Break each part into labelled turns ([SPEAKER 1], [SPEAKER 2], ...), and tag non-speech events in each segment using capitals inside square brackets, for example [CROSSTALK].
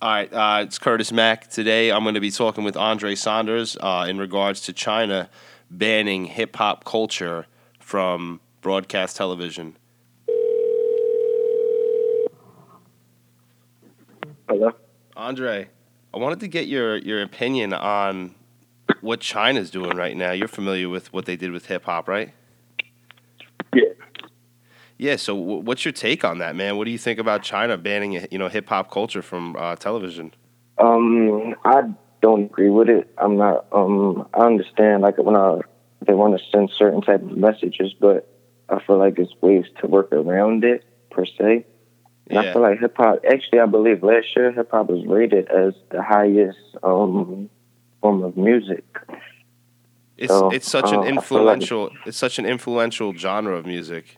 [SPEAKER 1] All right, uh, it's Curtis Mack. Today I'm going to be talking with Andre Saunders uh, in regards to China banning hip hop culture from broadcast television.
[SPEAKER 2] Hello.
[SPEAKER 1] Andre, I wanted to get your, your opinion on what China's doing right now. You're familiar with what they did with hip hop, right?
[SPEAKER 2] Yeah.
[SPEAKER 1] Yeah. So, w- what's your take on that, man? What do you think about China banning you know hip hop culture from uh, television?
[SPEAKER 2] Um, I don't agree with it. I'm not. Um, I understand like when I they want to send certain type of messages, but I feel like it's ways to work around it per se. And I
[SPEAKER 1] Yeah.
[SPEAKER 2] feel like hip hop. Actually, I believe last year hip hop was rated as the highest um form of music.
[SPEAKER 1] It's
[SPEAKER 2] So,
[SPEAKER 1] it's such
[SPEAKER 2] uh, I
[SPEAKER 1] an
[SPEAKER 2] feel like-
[SPEAKER 1] influential it's such an influential genre of music.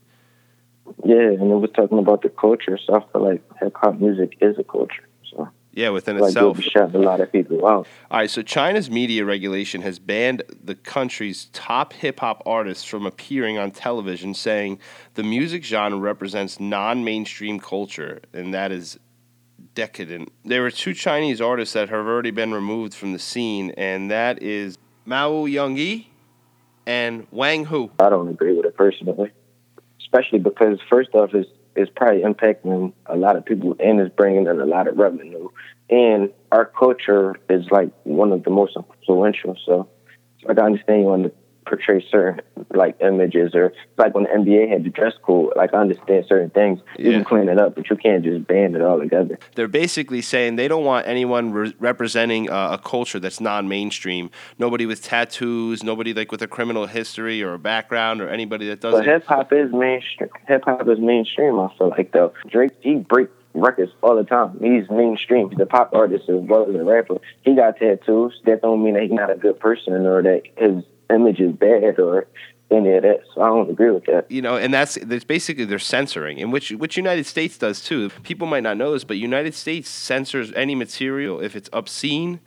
[SPEAKER 2] Yeah, and it was talking about the culture, so I feel like hip hop music is a culture. So
[SPEAKER 1] Yeah, within
[SPEAKER 2] like you'll
[SPEAKER 1] itself.
[SPEAKER 2] be shutting a lot of people out.
[SPEAKER 1] All right, so China's media regulation has banned the country's top hip hop artists from appearing on television, saying the music genre represents non mainstream culture, and that is decadent. There are two Chinese artists that have already been removed from the scene, and that is Mao Youngi and Wang Hu.
[SPEAKER 2] I don't agree with it personally, especially because first off, it's it's probably impacting a lot of people and it's bringing in a lot of revenue. And our culture is like one of the most influential. So, so I can understand you want to portray certain like images or like when the NBA had the dress code. Like I understand certain things. You
[SPEAKER 1] Yeah.
[SPEAKER 2] can clean it up, but you can't just ban it all together.
[SPEAKER 1] they're basically saying they don't want anyone re- representing uh, a culture that's non-mainstream. Nobody with tattoos, nobody like with a criminal history or a background, or anybody that
[SPEAKER 2] But
[SPEAKER 1] doesn't.
[SPEAKER 2] hip hop is mainstream. Hip hop is mainstream. I feel like though Drake he break records all the time. He's mainstream. He's a pop artist as well as a rapper. He got tattoos. That don't mean that he's not a good person or that his image is bad or any of that. So I don't agree with that.
[SPEAKER 1] you know, and that's that's basically they're censoring, and which which United States does too. People might not know this, but United States censors any material if it's obscene,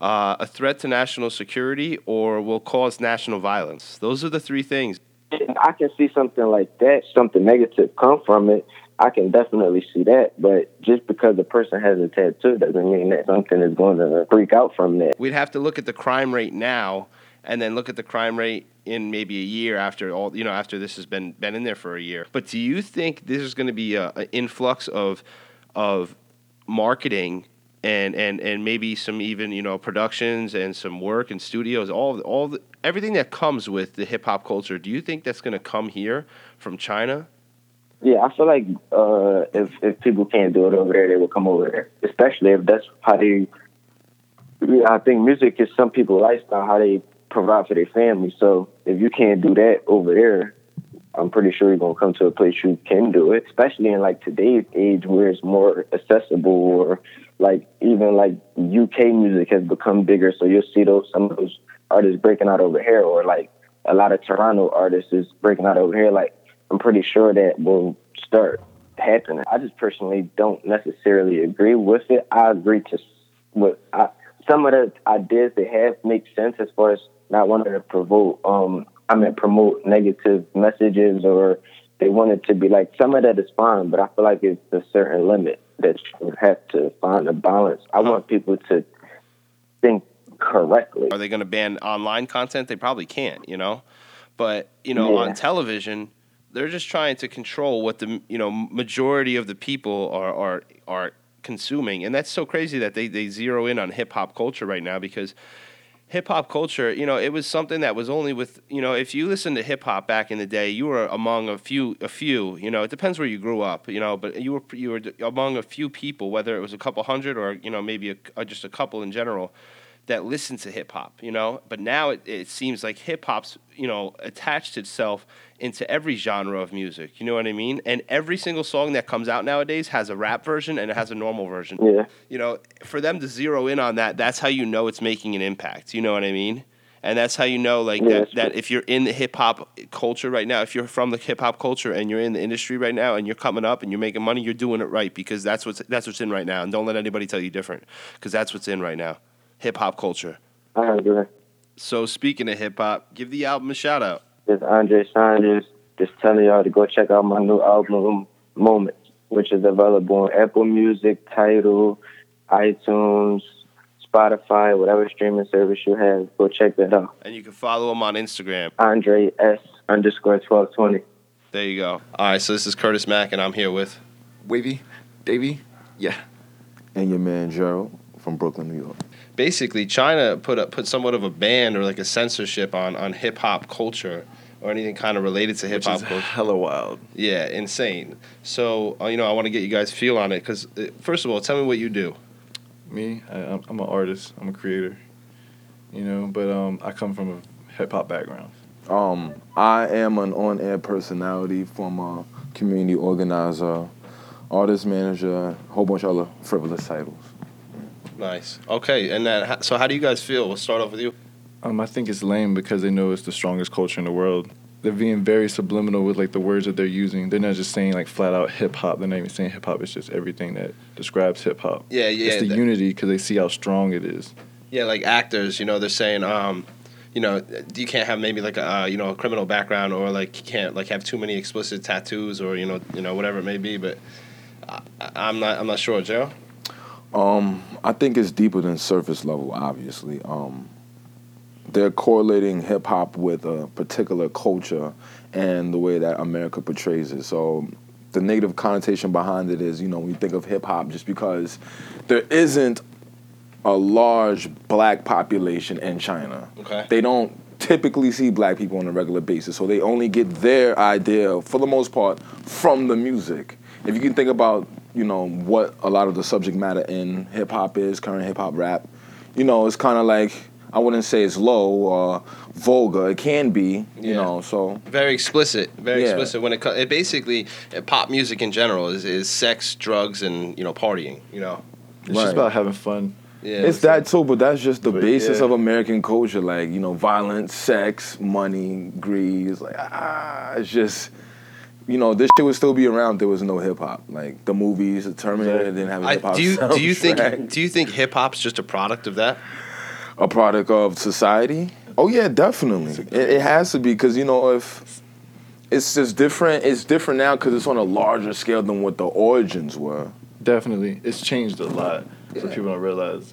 [SPEAKER 1] uh, a threat to national security, or will cause national violence. Those are the three things.
[SPEAKER 2] And I can see something like that, something negative come from it. I can definitely see that, but just because a person has a tattoo doesn't mean that something is going to freak out from that.
[SPEAKER 1] We'd have to look at the crime rate now, and then look at the crime rate in maybe a year after all you know after this has been been in there for a year. But do you think there's going to be a, an influx of of marketing and and and maybe some even you know productions and some work and studios all all the, everything that comes with the hip hop culture do you think that's going to come here from China
[SPEAKER 2] Yeah, I feel like uh, if if people can't do it over there, they will come over there. Especially if that's how they. Yeah, I think music is some people's lifestyle, how they provide for their family. So if you can't do that over there, I'm pretty sure you're gonna come to a place you can do it. Especially in like today's age where it's more accessible, or like even like UK music has become bigger. So you'll see those some of those artists breaking out over here, or like a lot of Toronto artists is breaking out over here. Like I'm pretty sure that will start happening. I just personally don't necessarily agree with it. I agree to s- what I, some of the ideas they have make sense as far as not wanting to provoke. Um, I mean, promote negative messages or they want it to be like some of that is fine, but I feel like it's a certain limit that you have to find a balance. I want people to think correctly.
[SPEAKER 1] are they going to ban online content they probably can't you know but you know
[SPEAKER 2] Yeah.
[SPEAKER 1] on television they're just trying to control what the you know majority of the people are are are consuming and that's so crazy that they they zero in on hip hop culture right now because hip hop culture, you know, it was something that was only with, you know, if you listened to hip hop back in the day, you were among a few, a few, you know, it depends where you grew up, you know, but you were you were among a few people, whether it was a couple hundred or you know maybe a, or just a couple in general, that listened to hip hop, you know. But now it, it seems like hip hop's, you know, attached itself into every genre of music. You know what I mean? And every single song that comes out nowadays has a rap version and it has a normal version
[SPEAKER 2] Yeah.
[SPEAKER 1] you know, for them to zero in on that, that's how you know it's making an impact. You know what I mean? And that's how you know, like,
[SPEAKER 2] Yeah,
[SPEAKER 1] that,
[SPEAKER 2] that's
[SPEAKER 1] that if you're in the hip hop culture right now, if you're from the hip hop culture and you're in the industry right now and you're coming up and you're making money, you're doing it right because that's what's, that's what's in right now. And don't let anybody tell you different because that's what's in right now hip hop culture.
[SPEAKER 2] I agree.
[SPEAKER 1] So, speaking of hip hop, give the album a shout out.
[SPEAKER 2] It's Andre Saunders. Just telling y'all to go check out my new album, Moments, which is available on Apple Music, Title, iTunes, Spotify, whatever streaming service you have. Go check that out.
[SPEAKER 1] And you can follow him on Instagram.
[SPEAKER 2] Andre S underscore twelve twenty.
[SPEAKER 1] There you go. All right, so this is Curtis Mack, and I'm here with.
[SPEAKER 3] Wavy, Davy, yeah.
[SPEAKER 4] And your man Gerald from Brooklyn, New York.
[SPEAKER 1] Basically, China put up, put somewhat of a ban or like a censorship on on hip hop culture or anything kind of related to hip
[SPEAKER 3] Which
[SPEAKER 1] hop
[SPEAKER 3] is
[SPEAKER 1] culture.
[SPEAKER 3] [LAUGHS] hella wild.
[SPEAKER 1] Yeah, insane. So uh, you know, I want to get you guys feel on it because first of all, tell me what you do.
[SPEAKER 3] Me, I, I'm, I'm an artist. I'm a creator. You know, but um, I come from a hip hop background.
[SPEAKER 4] Um, I am an on-air personality from a community organizer, artist manager, whole bunch of other frivolous titles.
[SPEAKER 1] Nice. Okay, and that. So how do you guys feel? We'll start off with you.
[SPEAKER 3] Um, I think it's lame because they know it's the strongest culture in the world. They're being very subliminal with like the words that they're using. They're not just saying like flat out hip hop. They're not even saying hip hop. It's just everything that describes hip hop.
[SPEAKER 1] Yeah, yeah.
[SPEAKER 3] it's the
[SPEAKER 1] that-
[SPEAKER 3] unity because they see how strong it is.
[SPEAKER 1] Yeah, like actors, you know, they're saying, um, you know, you can't have maybe like a uh, you know a criminal background or like you can't like have too many explicit tattoos or you know you know whatever it may be. But I, I- I'm not I'm not sure, Joe.
[SPEAKER 4] Um, I think it's deeper than surface level, obviously. Um, they're correlating hip hop with a particular culture and the way that America portrays it. So the negative connotation behind it is, you know, when you think of hip hop, just because there isn't a large black population in China.
[SPEAKER 1] Okay.
[SPEAKER 4] They don't typically see black people on a regular basis, so they only get their idea, for the most part, from the music. If you can think about, you know, what a lot of the subject matter in hip hop is, current hip hop rap, you know, it's kind of like I wouldn't say it's low or vulgar. It can be, you
[SPEAKER 1] Yeah.
[SPEAKER 4] know. So
[SPEAKER 1] Very explicit, very
[SPEAKER 4] Yeah.
[SPEAKER 1] explicit when it comes. It basically uh, pop music in general is, is sex, drugs, and you know partying. You know,
[SPEAKER 3] It's
[SPEAKER 4] Right.
[SPEAKER 3] just about having fun.
[SPEAKER 1] yeah,
[SPEAKER 4] it's that too, but that's just the
[SPEAKER 3] But
[SPEAKER 4] basis
[SPEAKER 3] yeah.
[SPEAKER 4] of American culture. Like you know, violence, sex, money, greed. It's like ah, it's just. You know, this shit would still be around. if There was no hip hop. Like the movies, the Terminator didn't have a
[SPEAKER 1] I,
[SPEAKER 4] hip hop.
[SPEAKER 1] do you do you think do you think hip hop's just a product of that?
[SPEAKER 4] [LAUGHS] a product of society? Oh yeah, definitely. It, it has to be because you know if it's just different. It's different now because it's on a larger scale than what the origins were.
[SPEAKER 3] Definitely, it's changed a lot. So people don't realize.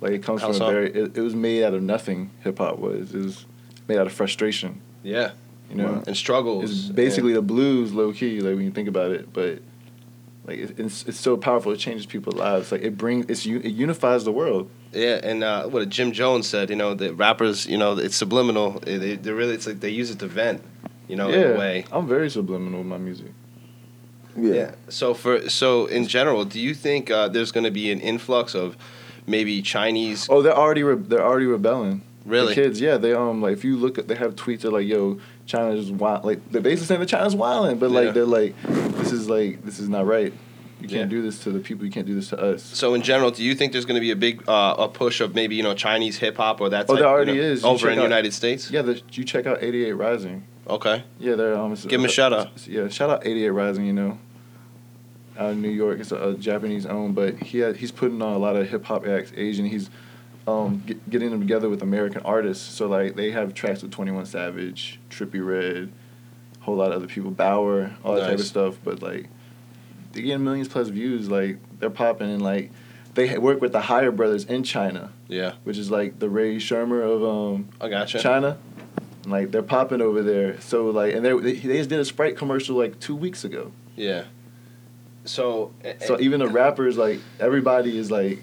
[SPEAKER 3] Like it comes
[SPEAKER 1] How
[SPEAKER 3] from
[SPEAKER 1] so?
[SPEAKER 3] a very. It, it was made out of nothing. Hip hop was. It was made out of frustration.
[SPEAKER 1] Yeah,
[SPEAKER 3] You know,
[SPEAKER 1] and struggles.
[SPEAKER 3] it's basically the blues, low key. Like when you think about it, but like it, it's it's so powerful. It changes people's lives. Like it brings it's u- it unifies the world.
[SPEAKER 1] Yeah, and uh, what Jim Jones said, you know, the rappers, you know, it's subliminal. It, it, they really, it's like they use it to vent, you know, in a way.
[SPEAKER 3] I'm very subliminal with my music.
[SPEAKER 4] Yeah.
[SPEAKER 1] So for so in general, do you think uh, there's going to be an influx of maybe Chinese?
[SPEAKER 3] Oh, they're already re- they're already rebelling.
[SPEAKER 1] really?
[SPEAKER 3] The kids, yeah, they um like if you look at they have tweets that like yo China's wild like they're basically saying that China's wilding, but like
[SPEAKER 1] Yeah.
[SPEAKER 3] they're like this is like this is not right. You can't
[SPEAKER 1] Yeah.
[SPEAKER 3] do this to the people. You can't do this to us.
[SPEAKER 1] So in general, do you think there's going to be a big uh, a push of maybe you know Chinese hip hop or that?
[SPEAKER 3] Oh,
[SPEAKER 1] type,
[SPEAKER 3] there already
[SPEAKER 1] you know,
[SPEAKER 3] is. You
[SPEAKER 1] over
[SPEAKER 3] check
[SPEAKER 1] in the
[SPEAKER 3] out-
[SPEAKER 1] United States.
[SPEAKER 3] Yeah, the, you check out 88 Rising.
[SPEAKER 1] Okay.
[SPEAKER 3] Yeah, they're um. it's-
[SPEAKER 1] Give 'em a shout out.
[SPEAKER 3] Yeah, shout out 88 Rising. You know, out of New York, it's a, a Japanese owned, but he had, he's putting on a lot of hip hop acts, Asian. He's um get, getting them together with American artists. So like they have tracks with 21 Savage, Trippy Red, a whole lot of other people, Bauer, all that type of
[SPEAKER 1] Nice.
[SPEAKER 3] stuff. But like they're getting millions plus views. Like they're popping and like they ha- work with the Higher Brothers in China,
[SPEAKER 1] Yeah,
[SPEAKER 3] which is like the Ray Shermer of um
[SPEAKER 1] I gotcha.
[SPEAKER 3] China. Like they're popping over there. So like, and they they they just did a Sprite commercial like two weeks ago.
[SPEAKER 1] Yeah. So eh,
[SPEAKER 3] So even the rappers, like everybody is like.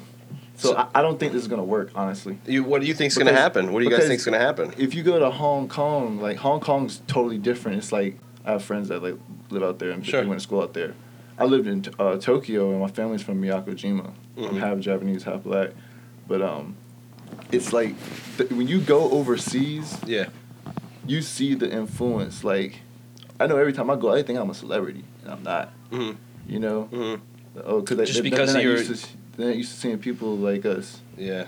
[SPEAKER 3] So,
[SPEAKER 1] So-
[SPEAKER 3] I, I don't think this is gonna work, honestly.
[SPEAKER 1] you, what do you think's going to
[SPEAKER 3] Because-
[SPEAKER 1] happen? What do you guys
[SPEAKER 3] because-
[SPEAKER 1] think's going to happen?
[SPEAKER 3] If you go to Hong Kong, like Hong Kong's totally different. It's like I have friends that like live out there and
[SPEAKER 1] Sure.
[SPEAKER 3] they went to school out there. I lived in uh, Tokyo and my family's from Miyakojima.
[SPEAKER 1] Mhm.
[SPEAKER 3] I'm half Japanese, half black, but um, it's like th- when you go overseas,
[SPEAKER 1] Yeah.
[SPEAKER 3] you see the influence. Like, I know every time I go, I think I'm a celebrity, and I'm not.
[SPEAKER 1] Mhm.
[SPEAKER 3] You know,
[SPEAKER 1] Mhm.
[SPEAKER 3] oh, cause
[SPEAKER 1] Just
[SPEAKER 3] they,
[SPEAKER 1] because
[SPEAKER 3] they're not
[SPEAKER 1] you're-
[SPEAKER 3] used to, they're not used to seeing people like us,
[SPEAKER 1] Yeah.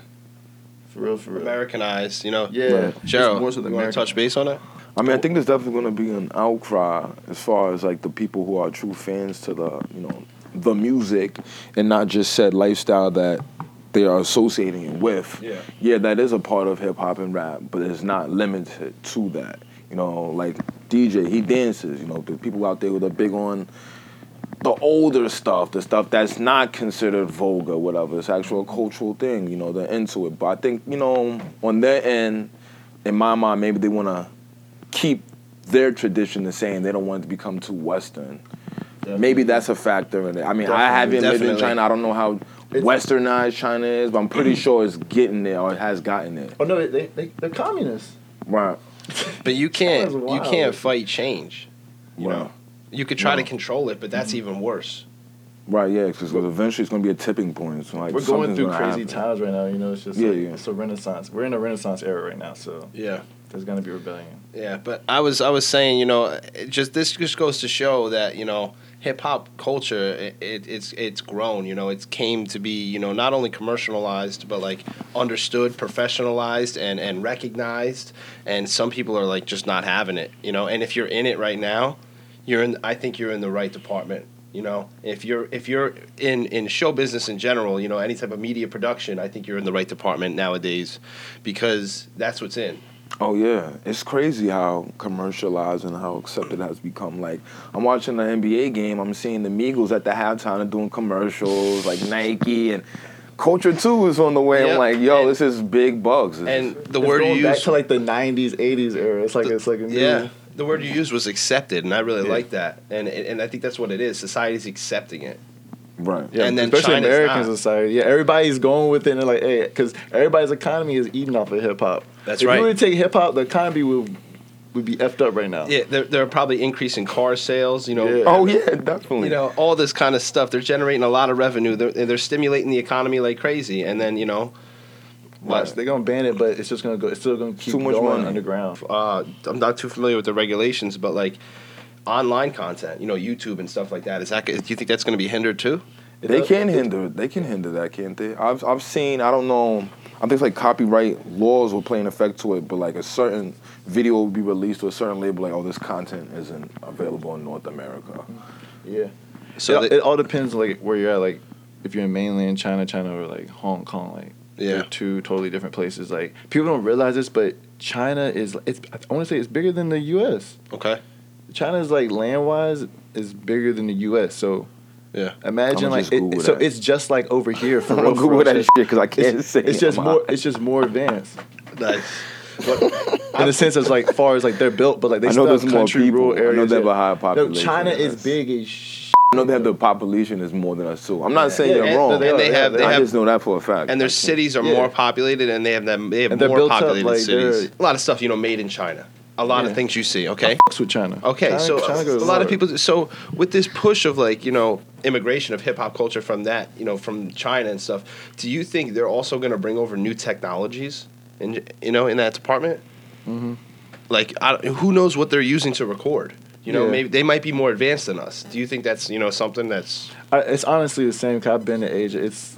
[SPEAKER 3] for real, for real.
[SPEAKER 1] Americanized, you know.
[SPEAKER 3] Yeah,
[SPEAKER 4] Right.
[SPEAKER 3] it's
[SPEAKER 1] Gerald,
[SPEAKER 3] more so the
[SPEAKER 1] you want to
[SPEAKER 3] American-
[SPEAKER 1] touch base on it?
[SPEAKER 4] I mean, I think there's definitely going to be an outcry as far as like the people who are true fans to the, you know, the music and not just said lifestyle that they are associating it with.
[SPEAKER 1] Yeah.
[SPEAKER 4] Yeah, that is a part of hip hop and rap, but it's not limited to that. You know, like DJ, he dances. You know, the people out there that are big on the older stuff, the stuff that's not considered vulgar, whatever. It's actual cultural thing, you know, they're into it. But I think, you know, on their end, in my mind, maybe they want to keep their tradition the same. They don't want it to become too Western. Maybe that's a factor in it. I mean, I haven't lived in
[SPEAKER 1] Definitely.
[SPEAKER 4] China. I don't know how westernized China is, but
[SPEAKER 1] [CLEARS THROAT]
[SPEAKER 4] I'm pretty sure it's getting there or it has gotten there.
[SPEAKER 3] Oh no, they they they're communists.
[SPEAKER 4] Right.
[SPEAKER 1] But you can't
[SPEAKER 3] That was
[SPEAKER 1] you
[SPEAKER 3] wild.
[SPEAKER 1] can't fight change. You
[SPEAKER 4] Right.
[SPEAKER 1] know, you could try
[SPEAKER 4] No.
[SPEAKER 1] to control it, but that's
[SPEAKER 3] Mm-hmm.
[SPEAKER 1] even worse.
[SPEAKER 4] Right, yeah, because eventually it's going to be a tipping point. It's like
[SPEAKER 3] We're going
[SPEAKER 4] something's
[SPEAKER 3] through
[SPEAKER 4] gonna
[SPEAKER 3] crazy
[SPEAKER 4] happen.
[SPEAKER 3] times right now. You know, it's just
[SPEAKER 4] Yeah,
[SPEAKER 3] like,
[SPEAKER 4] yeah.
[SPEAKER 3] it's a renaissance. We're in a renaissance era right now, so
[SPEAKER 1] Yeah.
[SPEAKER 3] there's gonna be rebellion.
[SPEAKER 1] Yeah, but I was I was saying, you know, it just this just goes to show that you know hip hop culture it, it it's it's grown. You know, it's came to be you know not only commercialized but like understood, professionalized, and and recognized. And some people are like just not having it. You know, and if you're in it right now, you're in. I think you're in the right department. You know, if you're if you're in in show business in general, you know any type of media production, I think you're in the right department nowadays, because that's what's in.
[SPEAKER 4] Oh yeah, it's crazy how commercialized and how accepted it has become. Like I'm watching the NBA game, I'm seeing the Migos at the halftime and doing commercials like Nike and Culture Two is on the way.
[SPEAKER 1] Yeah.
[SPEAKER 4] I'm like, yo,
[SPEAKER 1] And-
[SPEAKER 4] this is big bucks. This
[SPEAKER 1] And
[SPEAKER 4] is-
[SPEAKER 1] the
[SPEAKER 3] It's
[SPEAKER 1] word you
[SPEAKER 3] going back
[SPEAKER 1] use
[SPEAKER 3] to like the '90s, '80s era. It's like it's like a new,
[SPEAKER 1] Yeah, the word you used was accepted, and I really
[SPEAKER 3] Yeah.
[SPEAKER 1] like that, and and I think that's what it is. Society's accepting it.
[SPEAKER 4] right.
[SPEAKER 3] Yeah,
[SPEAKER 1] And then
[SPEAKER 3] especially
[SPEAKER 1] China's
[SPEAKER 3] American
[SPEAKER 1] not.
[SPEAKER 3] society. Yeah, everybody's going with it and like, hey, because everybody's economy is eating off of hip hop.
[SPEAKER 1] That's
[SPEAKER 3] if
[SPEAKER 1] right.
[SPEAKER 3] you were to take hip hop, the economy would would be effed up right now.
[SPEAKER 1] Yeah, they're, they're probably increasing car sales. You know,
[SPEAKER 3] Yeah.
[SPEAKER 4] Oh yeah, definitely.
[SPEAKER 1] you know all this kind of stuff. They're generating a lot of revenue. They're they're stimulating the economy like crazy, and then you know,
[SPEAKER 3] Watch, they're gonna ban it, but it's just gonna go. It's still gonna keep
[SPEAKER 4] Too much
[SPEAKER 3] going
[SPEAKER 4] money.
[SPEAKER 3] underground.
[SPEAKER 1] uh, I'm not too familiar with the regulations, but like online content, you know, YouTube and stuff like that. Is that do you think that's going to be hindered too?
[SPEAKER 4] They
[SPEAKER 3] does-
[SPEAKER 4] can hinder. They can hinder that, can't they? I've I've seen. I don't know. I think it's like copyright laws will play an effect to it, but like a certain video will be released to a certain label, like, oh, this content isn't available in North America.
[SPEAKER 3] Yeah.
[SPEAKER 1] So
[SPEAKER 3] it,
[SPEAKER 1] that-
[SPEAKER 3] it all depends like where you're at. Like if you're in mainland China, China or like Hong Kong, like
[SPEAKER 1] Yeah.
[SPEAKER 3] they're two totally different places. Like people don't realize this, but China is it's I want to say it's bigger than the U.S.
[SPEAKER 1] okay,
[SPEAKER 3] China is like land wise is bigger than the U.S. So
[SPEAKER 1] yeah,
[SPEAKER 3] imagine
[SPEAKER 4] I'ma
[SPEAKER 3] like
[SPEAKER 4] just
[SPEAKER 3] it,
[SPEAKER 4] Google
[SPEAKER 3] so
[SPEAKER 4] that.
[SPEAKER 3] it's just like
[SPEAKER 4] [LAUGHS]
[SPEAKER 3] over here for
[SPEAKER 4] I'm
[SPEAKER 3] real.
[SPEAKER 4] gonna
[SPEAKER 3] for
[SPEAKER 4] Google
[SPEAKER 3] real.
[SPEAKER 4] that shit
[SPEAKER 3] It's-
[SPEAKER 4] because I can't say.
[SPEAKER 3] It's just
[SPEAKER 4] [LAUGHS] I'm
[SPEAKER 3] more.
[SPEAKER 4] out.
[SPEAKER 3] It's just more advanced
[SPEAKER 1] nice.
[SPEAKER 3] in the sense of like far as like they're built, but like they
[SPEAKER 4] I know
[SPEAKER 3] still
[SPEAKER 4] there's
[SPEAKER 3] have
[SPEAKER 4] more
[SPEAKER 3] country
[SPEAKER 4] people.
[SPEAKER 3] rural
[SPEAKER 4] I know
[SPEAKER 3] areas.
[SPEAKER 4] they have a higher
[SPEAKER 3] No,
[SPEAKER 4] population
[SPEAKER 3] China
[SPEAKER 4] than
[SPEAKER 3] is
[SPEAKER 4] us.
[SPEAKER 3] big as shit.
[SPEAKER 4] I know that the population is more than us too. I'm not saying
[SPEAKER 3] Yeah,
[SPEAKER 4] you're
[SPEAKER 1] and-
[SPEAKER 4] wrong.
[SPEAKER 1] and they have- they
[SPEAKER 4] I
[SPEAKER 1] have-
[SPEAKER 4] just know that for a fact.
[SPEAKER 1] and their cities are
[SPEAKER 3] Yeah.
[SPEAKER 1] more populated, and they have them. They have
[SPEAKER 3] And they're
[SPEAKER 1] more
[SPEAKER 3] built up,
[SPEAKER 1] populated
[SPEAKER 3] like,
[SPEAKER 1] cities.
[SPEAKER 3] they're-
[SPEAKER 1] A lot of stuff, you know, made in China. A lot
[SPEAKER 3] Yeah.
[SPEAKER 1] of things you see. Okay.
[SPEAKER 3] Fucks with China.
[SPEAKER 1] Okay.
[SPEAKER 3] China-
[SPEAKER 1] so
[SPEAKER 3] China
[SPEAKER 1] a
[SPEAKER 3] goes
[SPEAKER 1] lot of
[SPEAKER 3] hard.
[SPEAKER 1] people. So with this push of like you know immigration of hip hop culture from that you know from China and stuff, do you think they're also going to bring over new technologies in you know in that department?
[SPEAKER 3] Mm-hmm.
[SPEAKER 1] Like I, don't- who knows what they're using to record? You know,
[SPEAKER 3] Yeah.
[SPEAKER 1] maybe they might be more advanced than us. Do you think that's you know something that's
[SPEAKER 3] I, it's honestly the same. Cause I've been to Asia. It's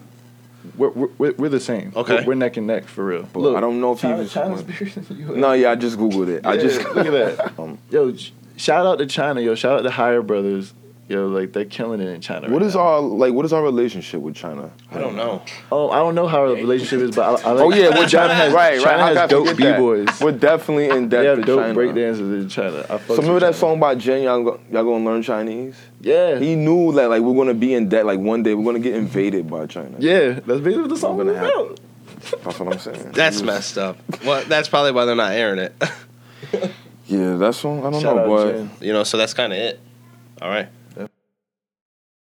[SPEAKER 3] we're we're, we're the same.
[SPEAKER 1] Okay.
[SPEAKER 3] we're, we're neck and neck for real.
[SPEAKER 4] But I don't know if
[SPEAKER 3] China,
[SPEAKER 4] you just
[SPEAKER 3] China's
[SPEAKER 4] went-
[SPEAKER 3] bigger than the U.S.
[SPEAKER 4] no, yeah, I just googled it. I
[SPEAKER 3] Yeah,
[SPEAKER 4] just
[SPEAKER 3] look at
[SPEAKER 4] [LAUGHS]
[SPEAKER 3] that.
[SPEAKER 4] Um,
[SPEAKER 3] Yo, sh- shout out to China. Yo, shout out to Higher Brothers. Yo, like they're killing it in China.
[SPEAKER 4] what
[SPEAKER 3] right
[SPEAKER 4] is
[SPEAKER 3] now.
[SPEAKER 4] our like? What is our relationship with China?
[SPEAKER 1] I don't know.
[SPEAKER 3] Oh, I don't know how our relationship is, but I, I like,
[SPEAKER 4] Oh yeah, well,
[SPEAKER 3] well, China has
[SPEAKER 4] right, right.
[SPEAKER 3] China
[SPEAKER 4] how could I
[SPEAKER 3] has dope
[SPEAKER 4] forget that?
[SPEAKER 3] b boys.
[SPEAKER 4] We're definitely in debt
[SPEAKER 3] They
[SPEAKER 4] to
[SPEAKER 3] have
[SPEAKER 4] China.
[SPEAKER 3] dope breakdancers in China. I
[SPEAKER 4] So remember that song by Jen? Y'all, go, y'all gonna learn Chinese?
[SPEAKER 3] Yeah,
[SPEAKER 4] He knew that like we're gonna be in debt. Like one day we're gonna get invaded by China.
[SPEAKER 3] yeah. That's basically what the song
[SPEAKER 4] gonna
[SPEAKER 3] was
[SPEAKER 4] have-
[SPEAKER 3] about.
[SPEAKER 4] that's what I'm saying.
[SPEAKER 1] That's
[SPEAKER 4] He was-
[SPEAKER 1] messed up. Well, that's probably why they're not airing it. [LAUGHS]
[SPEAKER 4] Yeah, that song. I don't
[SPEAKER 3] Shout
[SPEAKER 4] know,
[SPEAKER 3] out
[SPEAKER 4] but
[SPEAKER 3] Jen.
[SPEAKER 1] you know, so that's kind of it. All right.